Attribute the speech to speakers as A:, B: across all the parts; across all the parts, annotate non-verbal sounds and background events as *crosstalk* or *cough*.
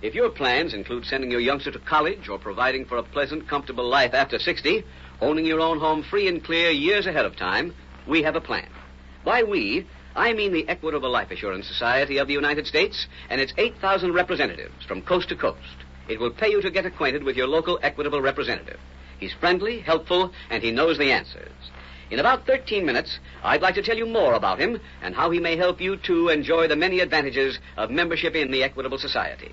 A: If your plans include sending your youngster to college or providing for a pleasant, comfortable life after 60, owning your own home free and clear years ahead of time, we have a plan. By we, I mean the Equitable Life Assurance Society of the United States and its 8,000 representatives from coast to coast. It will pay you to get acquainted with your local Equitable representative. He's friendly, helpful, and he knows the answers. In about 13 minutes, I'd like to tell you more about him and how he may help you, too, enjoy the many advantages of membership in the Equitable Society.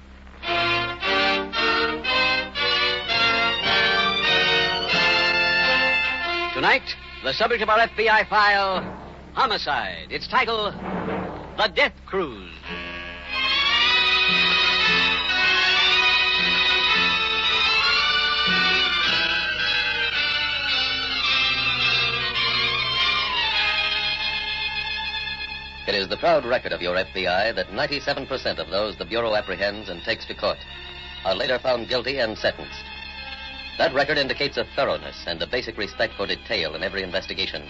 A: Tonight, the subject of our FBI file Homicide. Its title The Death Cruise.
B: It is the proud record of your FBI that 97% of those the Bureau apprehends and takes to court are later found guilty and sentenced. That record indicates a thoroughness and a basic respect for detail in every investigation.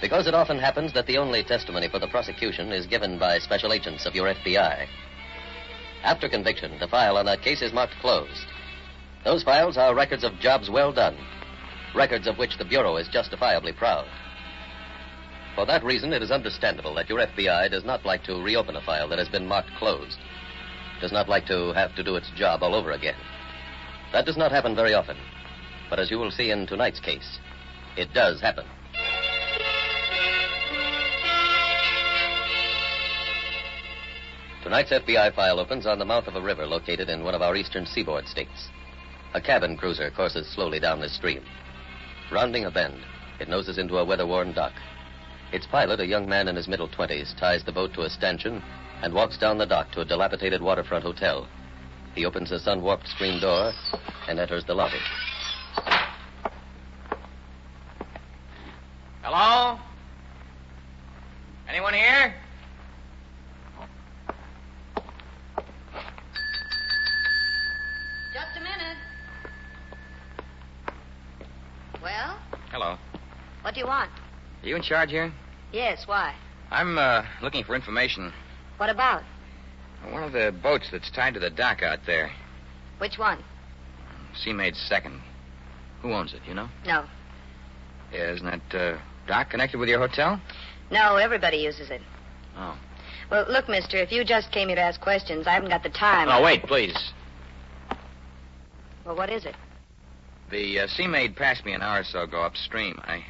B: Because it often happens that the only testimony for the prosecution is given by special agents of your FBI. After conviction, the file on that case is marked closed. Those files are records of jobs well done, records of which the Bureau is justifiably proud. For that reason, it is understandable that your FBI does not like to reopen a file that has been marked closed, does not like to have to do its job all over again. That does not happen very often, but as you will see in tonight's case, it does happen. Tonight's FBI file opens on the mouth of a river located in one of our eastern seaboard states. A cabin cruiser courses slowly down this stream. Rounding a bend, it noses into a weather worn dock. Its pilot, a young man in his middle 20s, ties the boat to a stanchion and walks down the dock to a dilapidated waterfront hotel. He opens a sun warped screen door and enters the lobby.
C: Hello? Anyone here?
D: Just a minute. Well,
C: Hello.
D: what do you want?
C: Are you in charge here?
D: Yes, why?
C: I'm uh, looking for information.
D: What about?
C: on One of the boats that's tied to the dock out there.
D: Which one?
C: Seamaid's second. Who owns it, you know?
D: No.
C: Yeah, isn't that uh, dock connected with your hotel?
D: No, everybody uses it.
C: Oh.
D: Well, look, mister, if you just came here to ask questions, I haven't got the time.
C: Oh, wait, please.
D: Well, what is it?
C: The uh, Seamaid passed me an hour or so ago upstream. I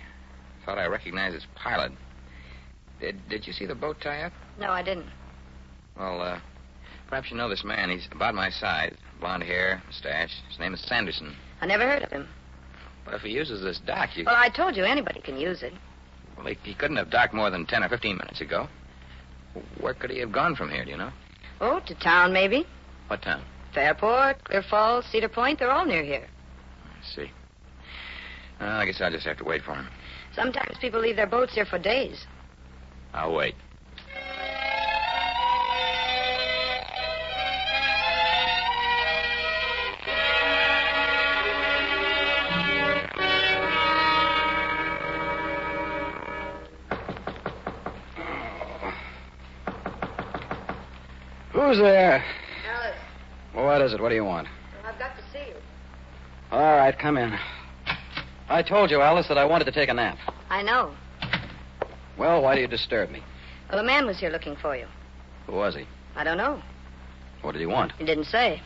C: thought I recognized its pilot. Did, did you see the boat tie up?
D: No, I didn't.
C: Well, uh, perhaps you know this man. He's about my size. Blonde hair, mustache. His name is Sanderson.
D: I never heard of him.
C: But if he uses this dock, you...
D: Well, I told you anybody can use it.
C: Well, he, he couldn't have docked more than 10 or 15 minutes ago. Where could he have gone from here, do you know?
D: Oh, to town, maybe.
C: What town?
D: Fairport, Clear Falls, Cedar Point, they're all near here.
C: Let's see. Uh, I guess I'll just have to wait for him.
D: Sometimes people leave their boats here for days.
C: I'll wait.
E: Who's there?
D: Alice,
E: Well, what is it? What do you want?
D: I've got to see you.
E: All right, come in. I told you, Alice, that I wanted to take a nap.
D: I know.
E: Well, why do you disturb me?
D: Well, a man was here looking for you.
E: Who was he?
D: I don't know.
E: What did he want?
D: He didn't say.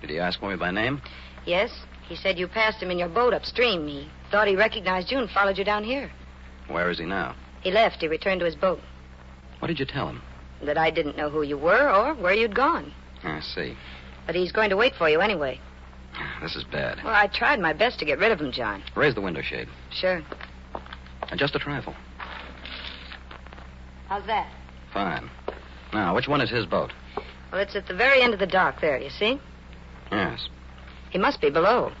E: Did he ask for me by name?
D: Yes, he said you passed him in your boat upstream. He thought he recognized you and followed you down here.
E: Where is he now?
D: He left. He returned to his boat.
E: What did you tell him?
D: That I didn't know who you were or where you'd gone.
E: I see.
D: But he's going to wait for you anyway.
E: This is bad.
D: Well, I tried my best to get rid of him, John.
E: Raise the window shade.
D: Sure.
E: Uh, Just a trifle.
D: How's that?
E: Fine. Now, which one is his boat?
D: Well, it's at the very end of the dock there, you see?
E: Yes.
D: He must be below.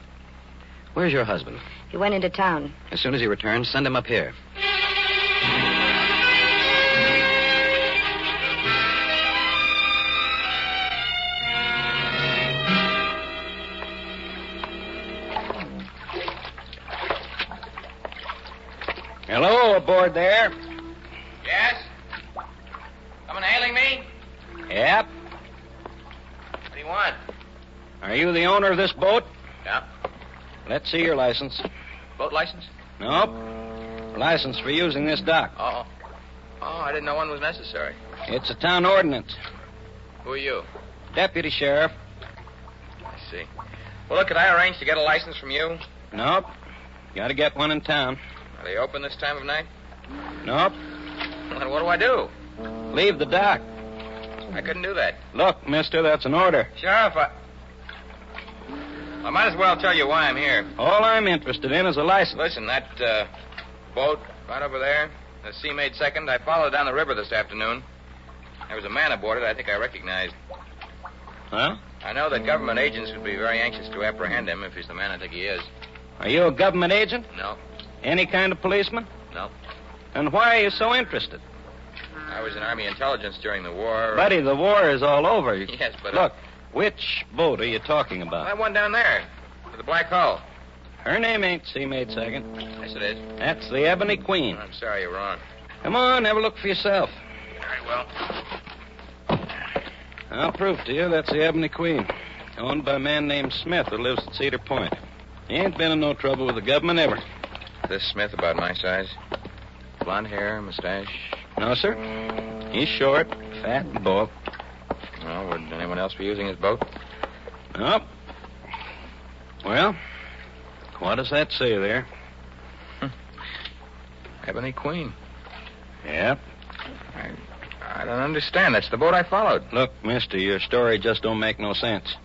E: Where's your husband?
D: He went into town.
E: As soon as he returns, send him up here. Hello, aboard there.
C: Yes? Someone hailing me?
E: Yep.
C: What do you want?
E: Are you the owner of this boat?
C: Yeah.
E: Let's see your license.
C: Boat license?
E: Nope. License for using this dock.
C: Oh. Oh, I didn't know one was necessary.
E: It's a town ordinance.
C: Who are you?
E: Deputy sheriff.
C: I see. Well, look, could I arrange to get a license from you?
E: Nope. Got to get one in town.
C: Are they open this time of night?
E: Nope.
C: Well, Then what do I do?
E: Leave the dock.
C: I couldn't do that.
E: Look, mister, that's an order.
C: Sheriff, I. I might as well tell you why I'm here.
E: All I'm interested in is a license.
C: Listen, that uh, boat right over there, the sea made second, I followed down the river this afternoon. There was a man aboard it I think I recognized.
E: Huh?
C: I know that government agents would be very anxious to apprehend him if he's the man I think he is.
E: Are you a government agent?
C: No,
E: Any kind of policeman?
C: no.
E: And why are you so interested?
C: I was in Army intelligence during the war.
E: Buddy, the war is all over. You-
C: *laughs* Yes, but. uh,
E: Look, which boat are you talking
C: that
E: about?
C: one down there, with the black hull.
E: Her name ain't Seamaid Second.
C: Yes, it is.
E: That's the Ebony Queen.
C: I'm sorry you're wrong.
E: Come on, have a look for yourself.
C: All right, well.
E: I'll prove to you that's the Ebony Queen, owned by a man named Smith who lives at Cedar Point. He ain't been in no trouble with the government ever.
C: This Smith about my size. Blonde hair, mustache.
E: No, sir. He's short, fat, and bald.
C: Well, would anyone else be using his boat?
E: Nope. Well, what does that say there?
C: Ebony Queen.
E: Yep.
C: I, I don't understand. That's the boat I followed.
E: Look, mister, your story just don't make no sense.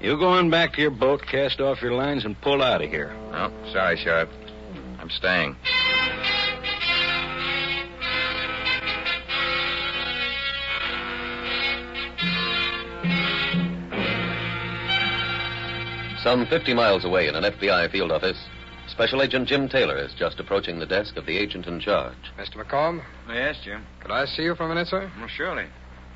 E: You go on back to your boat, cast off your lines, and pull out of here.
C: No, Oh, sorry, Sheriff. I'm staying.
B: Some 50 miles away in an FBI field office, Special Agent Jim Taylor is just approaching the desk of the agent in charge.
F: Mr. McComb,
G: Yes, Jim.
F: could I see you for a minute, sir?
G: Well, surely.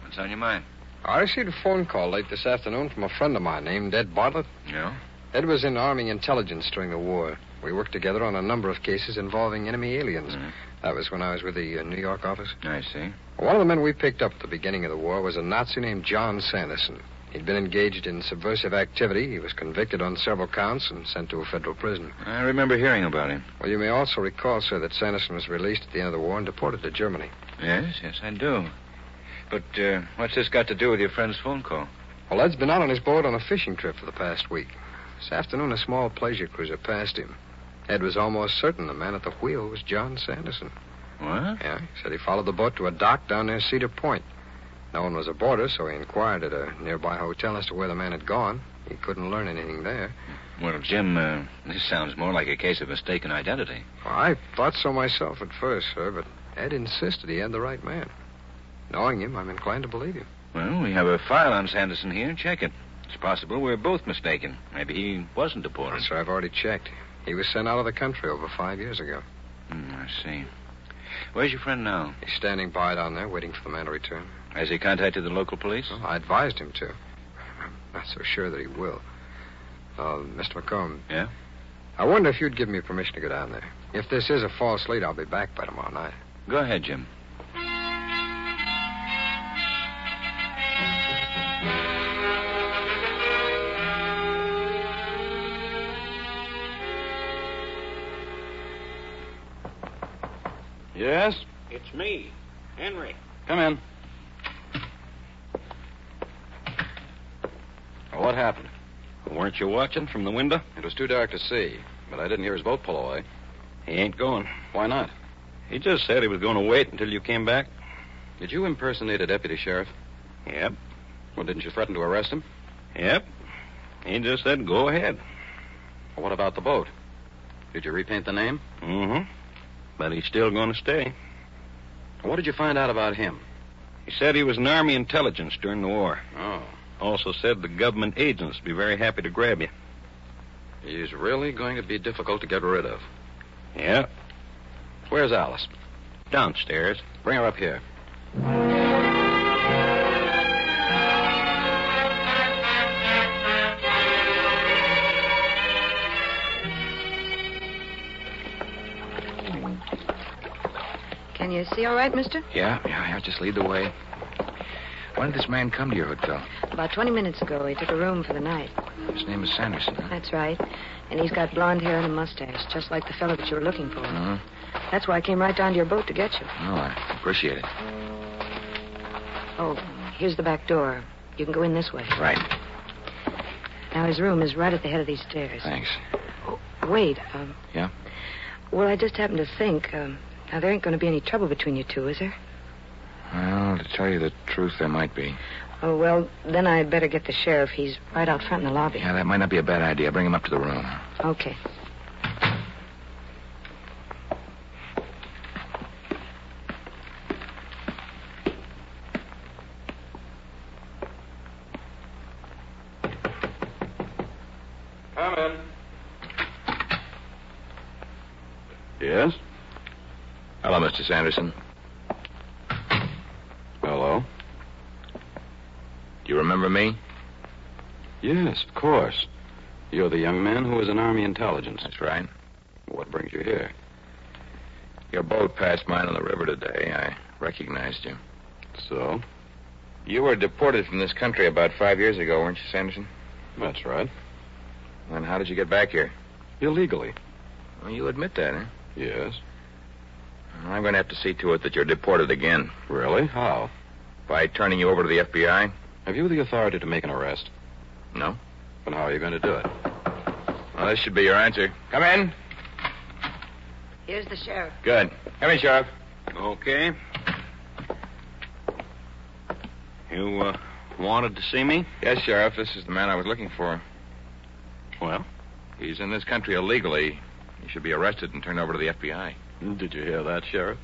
G: What's on your mind?
F: I received a phone call late this afternoon from a friend of mine named Ed Bartlett.
G: No.
F: Ed was in Army intelligence during the war. We worked together on a number of cases involving enemy aliens.
G: Mhm.
F: That was when I was with the uh, New York office.
G: I see.
F: One of the men we picked up at the beginning of the war was a Nazi named John Sanderson. He'd been engaged in subversive activity. He was convicted on several counts and sent to a federal prison.
G: I remember hearing about him.
F: Well, you may also recall, sir, that Sanderson was released at the end of the war and deported to Germany.
G: Yes, yes, I do. But uh, what's this got to do with your friend's phone call?
F: Well, Ed's been out on his boat on a fishing trip for the past week. This afternoon, a small pleasure cruiser passed him. Ed was almost certain the man at the wheel was John Sanderson.
G: What?
F: Yeah, he said he followed the boat to a dock down near Cedar Point. No one was aboard her, so he inquired at a nearby hotel as to where the man had gone. He couldn't learn anything there.
G: Well, Jim, uh, this sounds more like a case of mistaken identity.
F: Well, I thought so myself at first, sir, but Ed insisted he had the right man. Knowing him, I'm inclined to believe him.
G: Well, we have a file on Sanderson here. Check it. It's possible we're both mistaken. Maybe he wasn't deported.
F: sir, I've already checked. He was sent out of the country over five years ago.
G: Hmm, I see.
H: Where's your friend now?
F: He's standing by down there waiting for the man to return.
H: Has he contacted the local police?
F: Well, I advised him to. I'm not so sure that he will. Uh, Mr. McComb.
H: Yeah?
F: I wonder if you'd give me permission to go down there. If this is a false lead, I'll be back by tomorrow night.
H: Go ahead, Jim.
E: Yes?
I: It's me, Henry.
E: Come in.
J: What happened?
E: Weren't you watching from the window?
J: It was too dark to see, but I didn't hear his boat pull away.
E: He ain't going.
J: Why not?
E: He just said he was going to wait until you came back.
J: Did you impersonate a deputy sheriff?
E: Yep.
J: Well, didn't you threaten to arrest him?
E: Yep. He just said, go ahead.
J: Well, what about the boat? Did you repaint the name?
E: Mm hmm. But he's still going to stay.
J: What did you find out about him?
E: He said he was an Army intelligence during the war.
J: Oh.
E: Also said the government agents would be very happy to grab you.
J: He's really going to be difficult to get rid of.
E: Yeah.
J: Where's Alice?
E: Downstairs.
J: Bring her up here.
K: Can you see all right, mister?
L: Yeah, yeah, yeah. Just lead the way. When did this man come to your hotel?
K: About 20 minutes ago, he took a room for the night.
L: His name is Sanderson, huh?
K: That's right. And he's got blonde hair and a mustache, just like the fellow that you were looking for.
L: Mhm.
K: That's why I came right down to your boat to get you.
L: Oh, I appreciate it.
K: Oh, here's the back door. You can go in this way.
L: Right.
K: Now, his room is right at the head of these stairs.
L: Thanks.
K: Wait. Um,
L: Yeah?
K: well, I just happened to think. Um, now, there ain't going to be any trouble between you two, is there?
L: Well, to tell you the truth, there might be.
K: Oh, well, then I'd better get the sheriff. He's right out front in the lobby.
L: Yeah, that might not be a bad idea. Bring him up to the room.
K: Okay.
E: Come in. Yes?
L: Hello, Mr. Sanderson.
J: Hello?
L: Do you remember me?
J: Yes, of course. You're the young man who was in Army intelligence.
L: That's right.
J: What brings you here?
L: Your boat passed mine on the river today. I recognized you.
J: So?
L: You were deported from this country about five years ago, weren't you, Sanderson?
J: That's right.
L: Then how did you get back here?
J: Illegally.
L: Well, you admit that, huh?
J: Yes.
L: I'm going to have to see to it that you're deported again
J: Really? How?
L: by turning you over to the FBI.
J: Have you the authority to make an arrest?
L: No.
J: Then how are you going to do it?
L: Well, this should be your answer. Come in.
K: Here's the sheriff.
L: Good. Come in, Sheriff.
E: Okay. You uh, wanted to see me?
L: Yes, Sheriff. This is the man I was looking for.
E: Well,
L: He's in this country illegally. He should be arrested and turned over to the FBI.
J: Did you hear that, Sheriff?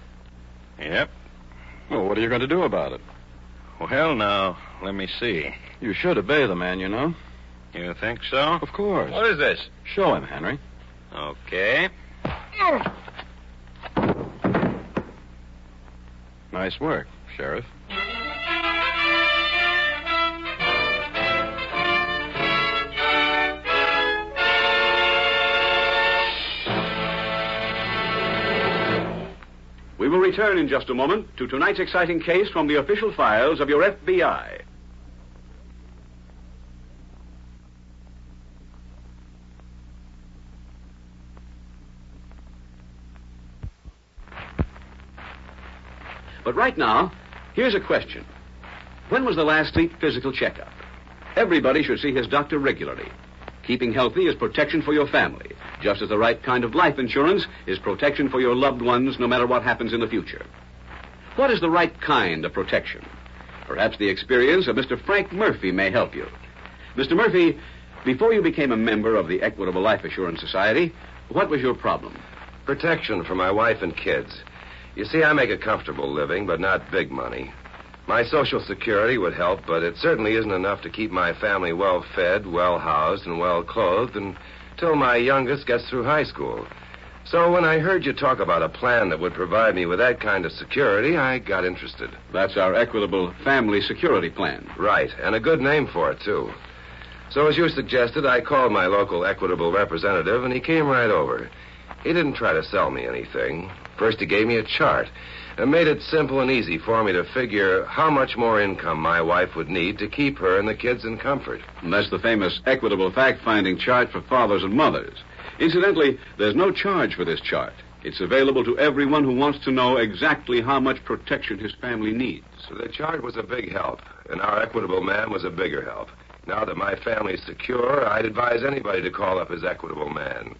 E: yep.
J: Well, what are you going to do about it?
E: Well, now, let me see.
J: You should obey the man, you know.
E: You think so?
J: Of course.
L: is this?
J: Show him, Henry.
E: Okay.
J: Nice work, Sheriff.
M: We will return in just a moment to tonight's exciting case from the official files of your FBI.
N: But right now, here's a question. When was the last sleep physical checkup? Everybody should see his doctor regularly. Keeping healthy is protection for your family, just as the right kind of life insurance is protection for your loved ones no matter what happens in the future. What is the right kind of protection? Perhaps the experience of Mr. Frank Murphy may help you. Mr. Murphy, before you became a member of the Equitable Life Assurance Society, what was your problem?
J: Protection for my wife and kids. You see, I make a comfortable living, but not big money. My Social Security would help, but it certainly isn't enough to keep my family well fed, well housed, and well clothed until my youngest gets through high school. So when I heard you talk about a plan that would provide me with that kind of security, I got interested.
N: That's our equitable family security plan.
J: Right, and a good name for it, too. So as you suggested, I called my local equitable representative, and he came right over. He didn't try to sell me anything. First, he gave me a chart and made it simple and easy for me to figure how much more income my wife would need to keep her and the kids in comfort.
N: And that's the famous equitable fact finding chart for fathers and mothers. Incidentally, there's no charge for this chart. It's available to everyone who wants to know exactly how much protection his family needs.
J: So the chart was a big help, and our equitable man was a bigger help. Now that my family's secure, I'd advise anybody to call up his equitable man.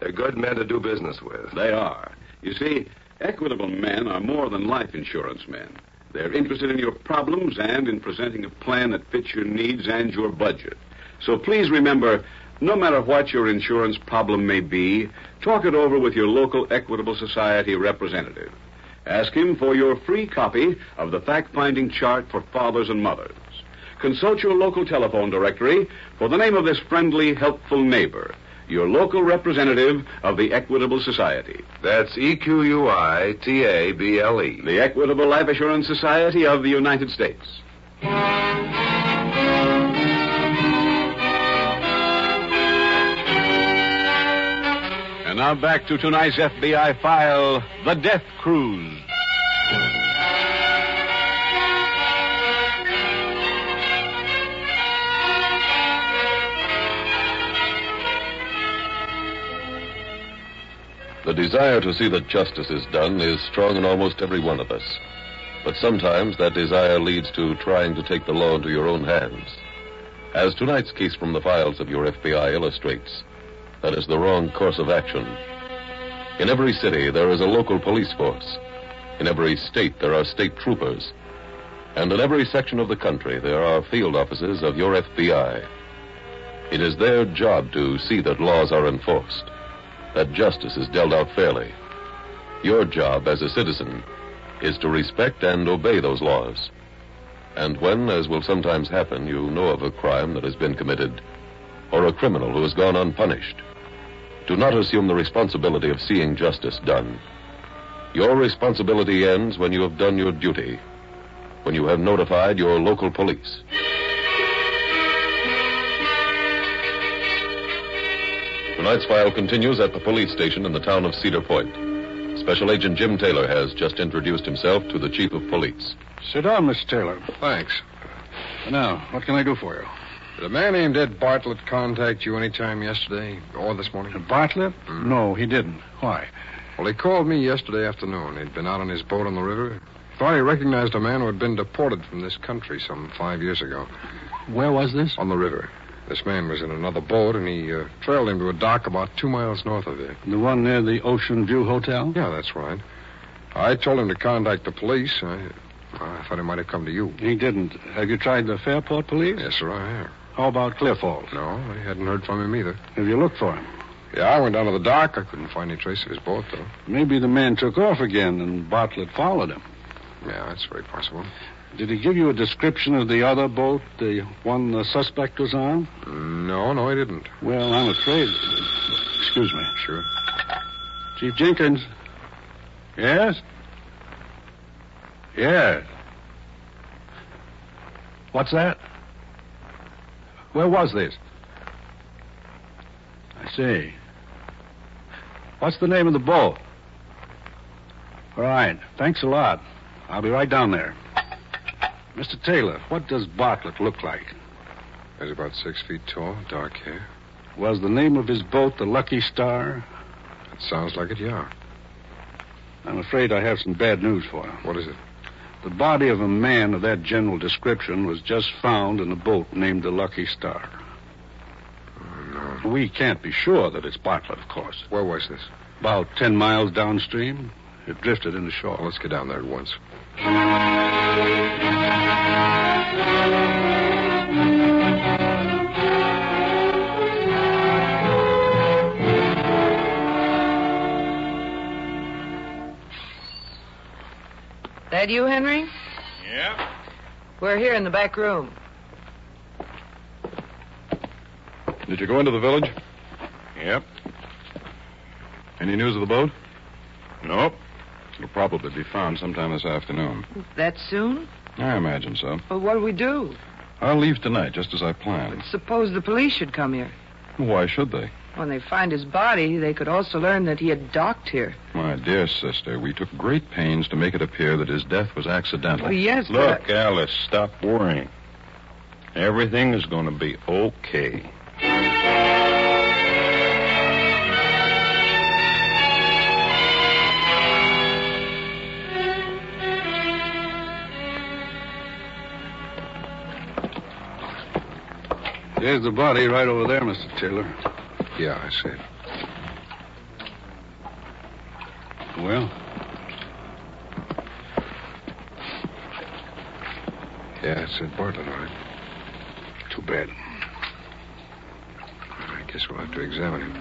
J: They're good men to do business with.
N: They are. You see, equitable men are more than life insurance men. They're interested in your problems and in presenting a plan that fits your needs and your budget. So please remember no matter what your insurance problem may be, talk it over with your local Equitable Society representative. Ask him for your free copy of the fact finding chart for fathers and mothers. Consult your local telephone directory for the name of this friendly, helpful neighbor, your local representative of the Equitable Society.
J: That's E Q U I T A B L E.
N: The Equitable Life Assurance Society of the United States. And now back to tonight's FBI file The Death Cruise.
O: The desire to see that justice is done is strong in almost every one of us. But sometimes that desire leads to trying to take the law into your own hands. As tonight's case from the files of your FBI illustrates, that is the wrong course of action. In every city, there is a local police force. In every state, there are state troopers. And in every section of the country, there are field offices of your FBI. It is their job to see that laws are enforced that justice is dealt out fairly. Your job as a citizen is to respect and obey those laws. And when, as will sometimes happen, you know of a crime that has been committed or a criminal who has gone unpunished, do not assume the responsibility of seeing justice done. Your responsibility ends when you have done your duty, when you have notified your local police. Tonight's file continues at the police station in the town of Cedar Point. Special Agent Jim Taylor has just introduced himself to the Chief of Police.
P: Sit down, Miss Taylor.
Q: Thanks.
P: Now, what can I do for you?
Q: Did a man named Ed Bartlett contact you any time yesterday or this morning? Hmm.
P: Bartlett? No, he didn't. Why?
Q: Well, he called me yesterday afternoon. He'd been out on his boat on the river. Thought he recognized a man who had been deported from this country some five years ago.
P: Where was this?
Q: On the river. This man was in another boat, and he uh, trailed him to a dock about two miles north of here.
P: The one near the Ocean View Hotel?
Q: Yeah, that's right. I told him to contact the police. I, I thought he might have come to you.
P: He didn't. Have you tried the Fairport police?
Q: Yes, sir, I have.
P: How about Clear Falls?
Q: No, I hadn't heard from him either.
P: Have you looked for him?
Q: Yeah, I went down to the dock. I couldn't find any trace of his boat, though.
P: Maybe the man took off again and Bartlett followed him.
Q: Yeah, that's very possible.
P: Did he give you a description of the other boat, the one the suspect was on?
Q: No, no, he didn't.
P: Well, I'm afraid. Excuse me.
Q: Sure.
P: Chief Jenkins. Yes? Yes. What's that? Where was this? I see. What's the name of the boat? All right. Thanks a lot. I'll be right down there. Mr. Taylor, what does Bartlett look like?
Q: He's about six feet tall, dark hair.
P: Was the name of his boat the Lucky Star?
Q: That sounds like it, yeah.
P: I'm afraid I have some bad news for you.
Q: What is it?
P: The body of a man of that general description was just found in a boat named the Lucky Star.
Q: Oh, no.
P: We can't be sure that it's Bartlett, of course.
Q: Where was this?
P: About ten miles downstream. It drifted into shore.
Q: Well, let's get down there at once.
D: That you, Henry?
R: Yeah.
D: We're here in the back room.
O: Did you go into the village?
R: Yep.
S: Any news of the boat? Nope. It'll probably be found sometime this afternoon.
T: That soon?
S: I imagine so.
T: Well, what'll we do?
S: I'll leave tonight, just as I planned.
T: Suppose the police should come here.
S: Why should they?
T: When they find his body, they could also learn that he had docked here.
S: My dear sister, we took great pains to make it appear that his death was accidental.
T: Well, yes,
S: Look,
T: but-
S: Alice, stop worrying. Everything is going to be okay.
P: There's the body right over there, Mr. Taylor.
Q: Yeah, I see.
P: Well?
Q: Yeah, it's in Portland, all right.
P: Too bad.
Q: I guess we'll have to examine him.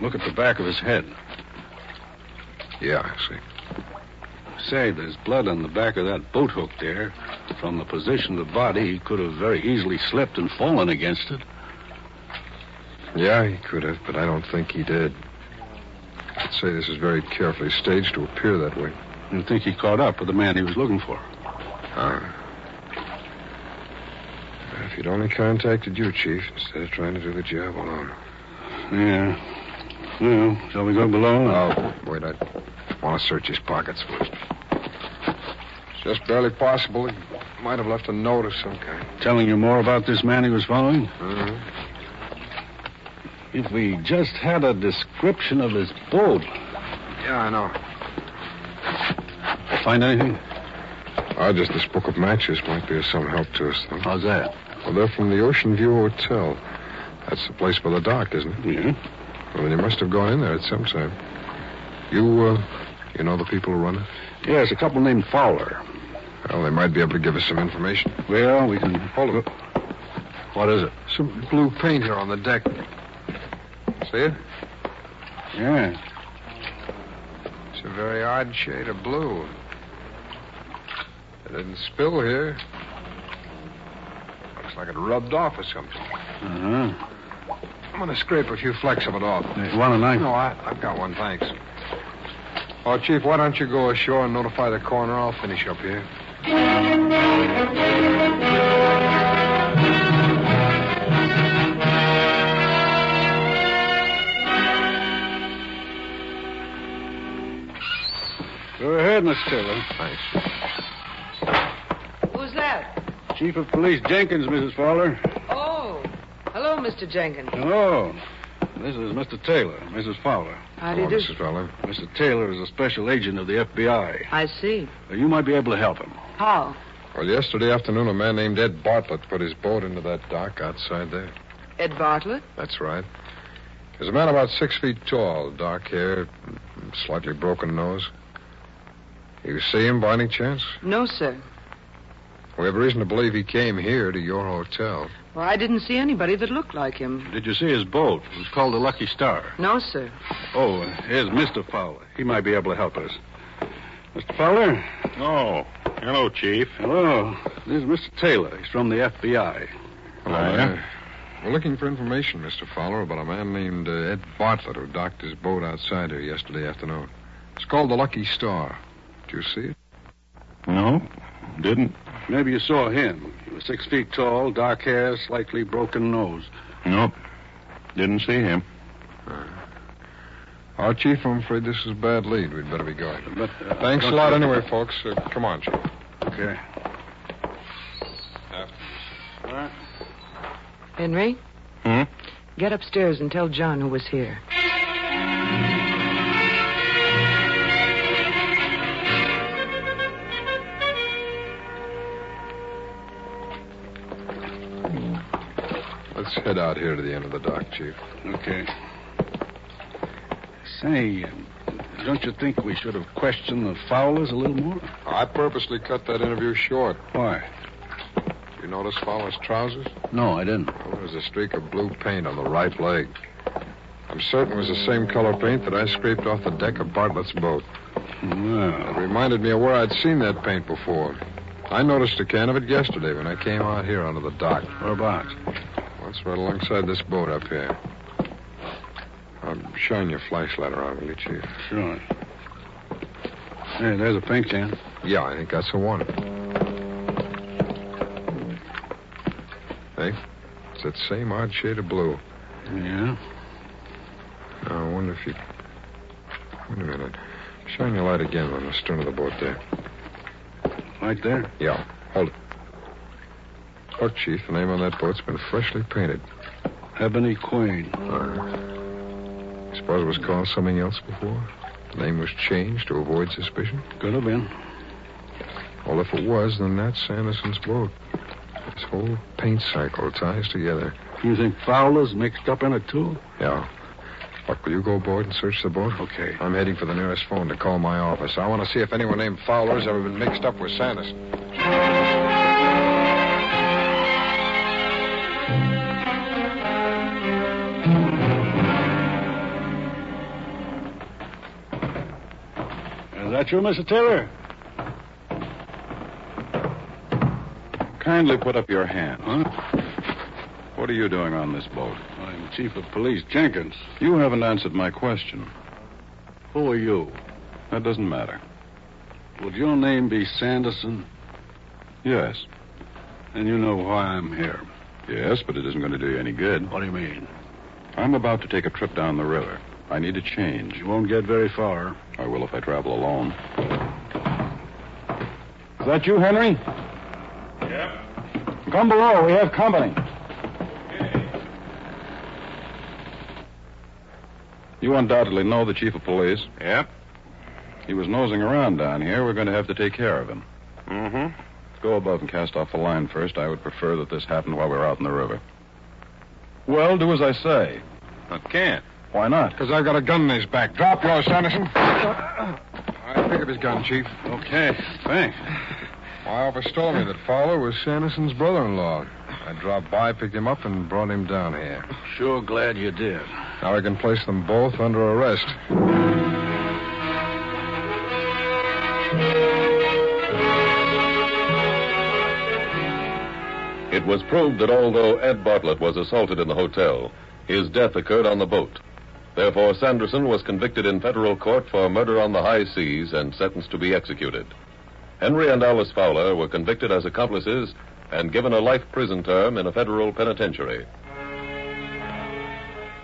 P: Look at the back of his head.
Q: Yeah, I see.
P: Say, there's blood on the back of that boat hook there. From the position of the body, he could have very easily slipped and fallen against it.
Q: Yeah, he could have, but I don't think he did. I'd say this is very carefully staged to appear that way.
P: You think he caught up with the man he was looking for?
Q: Ah. If he'd only contacted you, Chief, instead of trying to do the job alone.
P: Yeah. Well, shall we go below?
Q: Oh, wait. I want to search his pockets first. It's just barely possible he might have left a note of some kind.
P: Telling you more about this man he was following?
Q: Mm-hmm.
P: If we just had a description of his boat.
Q: Yeah, I know.
P: Find anything?
Q: Oh, just this book of matches might be of some help to us, though.
P: How's that?
Q: Well, they're from the Ocean View Hotel. That's the place by the dock, isn't it?
P: Yeah.
Q: Well, then you must have gone in there at some time. You, uh, you know the people who run it?
P: Yes, a couple named Fowler.
Q: Well, they might be able to give us some information.
P: Well, we can.
Q: Hold it.
P: What is it?
Q: Some blue paint here on the deck. See it?
P: Yeah.
Q: It's a very odd shade of blue. It didn't spill here. Looks like it rubbed off or something.
P: Uh huh.
Q: I'm going to scrape a few flecks of it off.
P: You want a knife?
Q: No, I, I've got one, thanks. Oh, Chief, why don't you go ashore and notify the coroner? I'll finish up here.
P: Go ahead, Miss Taylor.
Q: Thanks.
T: Who's that?
P: Chief of Police Jenkins, Mrs. Fowler.
T: Oh, hello, Mr. Jenkins.
P: Hello. This is Mr. Taylor, Mrs. Fowler.
T: How do you do?
Q: Fowler.
P: Mr. Taylor is a special agent of the FBI.
T: I see.
P: Uh, You might be able to help him.
T: How?
Q: Well, yesterday afternoon, a man named Ed Bartlett put his boat into that dock outside there.
T: Ed Bartlett?
Q: That's right. There's a man about six feet tall, dark hair, slightly broken nose. You see him by any chance?
T: No, sir.
Q: We have reason to believe he came here to your hotel.
T: Well, I didn't see anybody that looked like him.
P: Did you see his boat? It was called the Lucky Star.
T: No, sir.
P: Oh, uh, here's Mr. Fowler. He might be able to help us. Mr. Fowler?
S: Oh, hello, Chief.
P: Hello. This is Mr. Taylor. He's from the FBI.
S: Oh,
Q: Hello, there. Uh, We're looking for information, Mr. Fowler, about a man named uh, Ed Bartlett who docked his boat outside here yesterday afternoon. It's called the Lucky Star. Do you see it?
S: No, didn't.
P: Maybe you saw him. He was six feet tall, dark hair, slightly broken nose.
S: Nope. Didn't see him.
Q: Our chief, I'm afraid this is a bad lead. We'd better be going.
P: But uh,
Q: Thanks a
P: don't
Q: lot,
P: you-
Q: anyway, folks. Uh, come on, Chief.
P: Okay.
T: Henry?
S: Hmm?
T: Get upstairs and tell John who was here.
Q: Let's head out here to the end of the dock, Chief.
P: Okay. Say, um, don't you think we should have questioned the Fowlers a little more?
Q: I purposely cut that interview short.
P: Why?
Q: You notice Fowler's trousers?
P: No, I didn't.
Q: Well, there's a streak of blue paint on the right leg. I'm certain it was the same color paint that I scraped off the deck of Bartlett's boat. It
P: Well,
Q: reminded me of where I'd seen that paint before. I noticed a can of it yesterday when I came out here onto the dock.
P: whereabouts?
Q: Well, It's right alongside this boat up here. I'll shine your flashlight around with you, Chief.
P: Sure. Hey, there's a paint can.
Q: Yeah, I think that's the one. Hey, it's that same odd shade of blue.
P: Yeah?
Q: Now, I wonder if you. Wait a minute. Shine your light again on the stern of the boat there.
P: Right there?
Q: Yeah. Hold it. Look, Chief, the name on that boat's been freshly painted.
P: Ebony Queen.
Q: You suppose it was called something else before? The name was changed to avoid suspicion?
P: Could have been.
Q: Well, if it was, then that's Sanderson's boat. This whole paint cycle ties together.
P: You think Fowler's mixed up in it, too?
Q: Yeah. Look, will you go aboard and search the boat?
P: Okay.
Q: I'm heading for the nearest phone to call my office. I want to see if anyone named Fowler's ever been mixed up with Sanderson.
P: Is that you, Mr. Taylor?
S: Kindly put up your hand.
P: Huh?
S: What are you doing on this boat?
P: I'm Chief of Police Jenkins.
S: You haven't answered my question.
P: Who are you?
S: That doesn't matter.
P: Would your name be Sanderson?
S: Yes.
P: And you know why I'm here.
S: Yes, but it isn't going to do you any good.
P: What do you mean?
S: I'm about to take a trip down the river. I need a change.
P: You won't get very far.
S: I will if I travel alone.
P: Is that you, Henry?
R: Yep.
P: Come below. We have company.
S: You undoubtedly know the chief of police.
F: Yep.
S: He was nosing around down here. We're going to have to take care of him.
F: Mm-hmm.
S: Go above and cast off the line first. I would prefer that this happened while we were out in the river. Well, do as I say.
F: I can't.
S: Why not?
Q: Because I've got a gun in his back. Drop yours, Sanderson. I pick up his gun, Chief.
S: Okay, thanks.
Q: My office told me that Fowler was Sanderson's brother-in-law. I dropped by, picked him up, and brought him down here.
P: Sure glad you did.
Q: Now we can place them both under arrest.
O: It was proved that although Ed Bartlett was assaulted in the hotel, his death occurred on the boat. Therefore, Sanderson was convicted in federal court for murder on the high seas and sentenced to be executed. Henry and Alice Fowler were convicted as accomplices and given a life prison term in a federal penitentiary.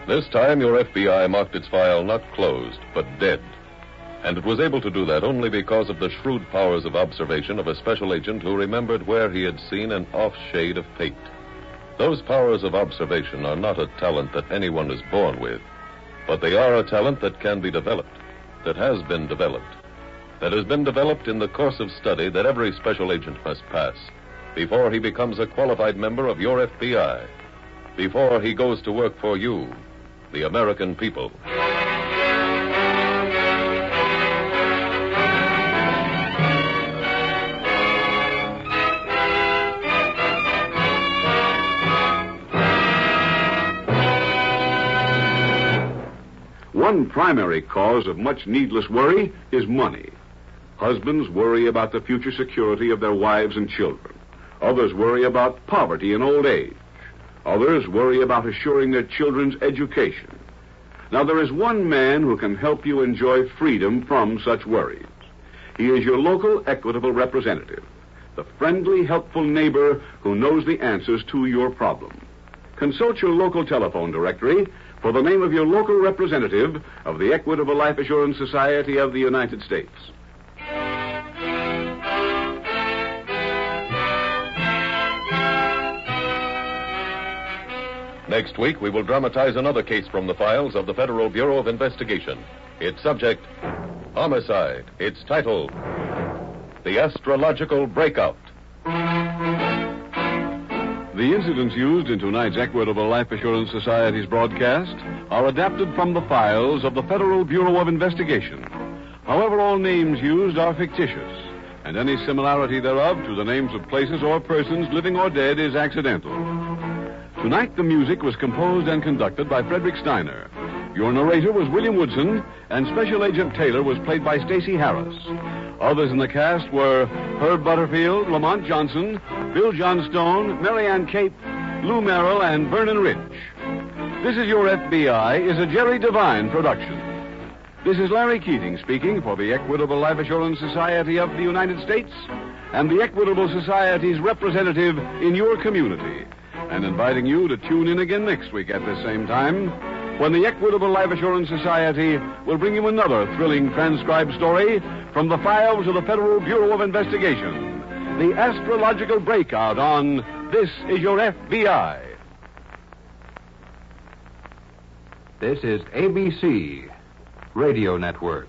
O: This time, your FBI marked its file not closed, but dead. And it was able to do that only because of the shrewd powers of observation of a special agent who remembered where he had seen an off shade of paint. Those powers of observation are not a talent that anyone is born with, but they are a talent that can be developed, that has been developed, that has been developed in the course of study that every special agent must pass before he becomes a qualified member of your FBI, before he goes to work for you, the American people.
N: One primary cause of much needless worry is money. Husbands worry about the future security of their wives and children. Others worry about poverty and old age. Others worry about assuring their children's education. Now, there is one man who can help you enjoy freedom from such worries. He is your local equitable representative, the friendly, helpful neighbor who knows the answers to your problem. Consult your local telephone directory for the name of your local representative of the Equitable Life Assurance Society of the United States.
O: Next week, we will dramatize another case from the files of the Federal Bureau of Investigation. Its subject, homicide. Its title, The Astrological Breakout.
N: The incidents used in tonight's Equitable Life Assurance Society's broadcast are adapted from the files of the Federal Bureau of Investigation. However, all names used are fictitious, and any similarity thereof to the names of places or persons living or dead is accidental. Tonight, the music was composed and conducted by Frederick Steiner. Your narrator was William Woodson, and Special Agent Taylor was played by Stacy Harris. Others in the cast were Herb Butterfield, Lamont Johnson, Bill Johnstone, Mary Ann Cape, Lou Merrill, and Vernon Rich. This is Your FBI is a Jerry Devine production. This is Larry Keating speaking for the Equitable Life Assurance Society of the United States and the Equitable Society's representative in your community, and inviting you to tune in again next week at this same time when the Equitable Life Assurance Society will bring you another thrilling transcribed story from the files of the Federal Bureau of Investigation. The astrological breakout on This Is Your FBI.
E: This is ABC Radio Network.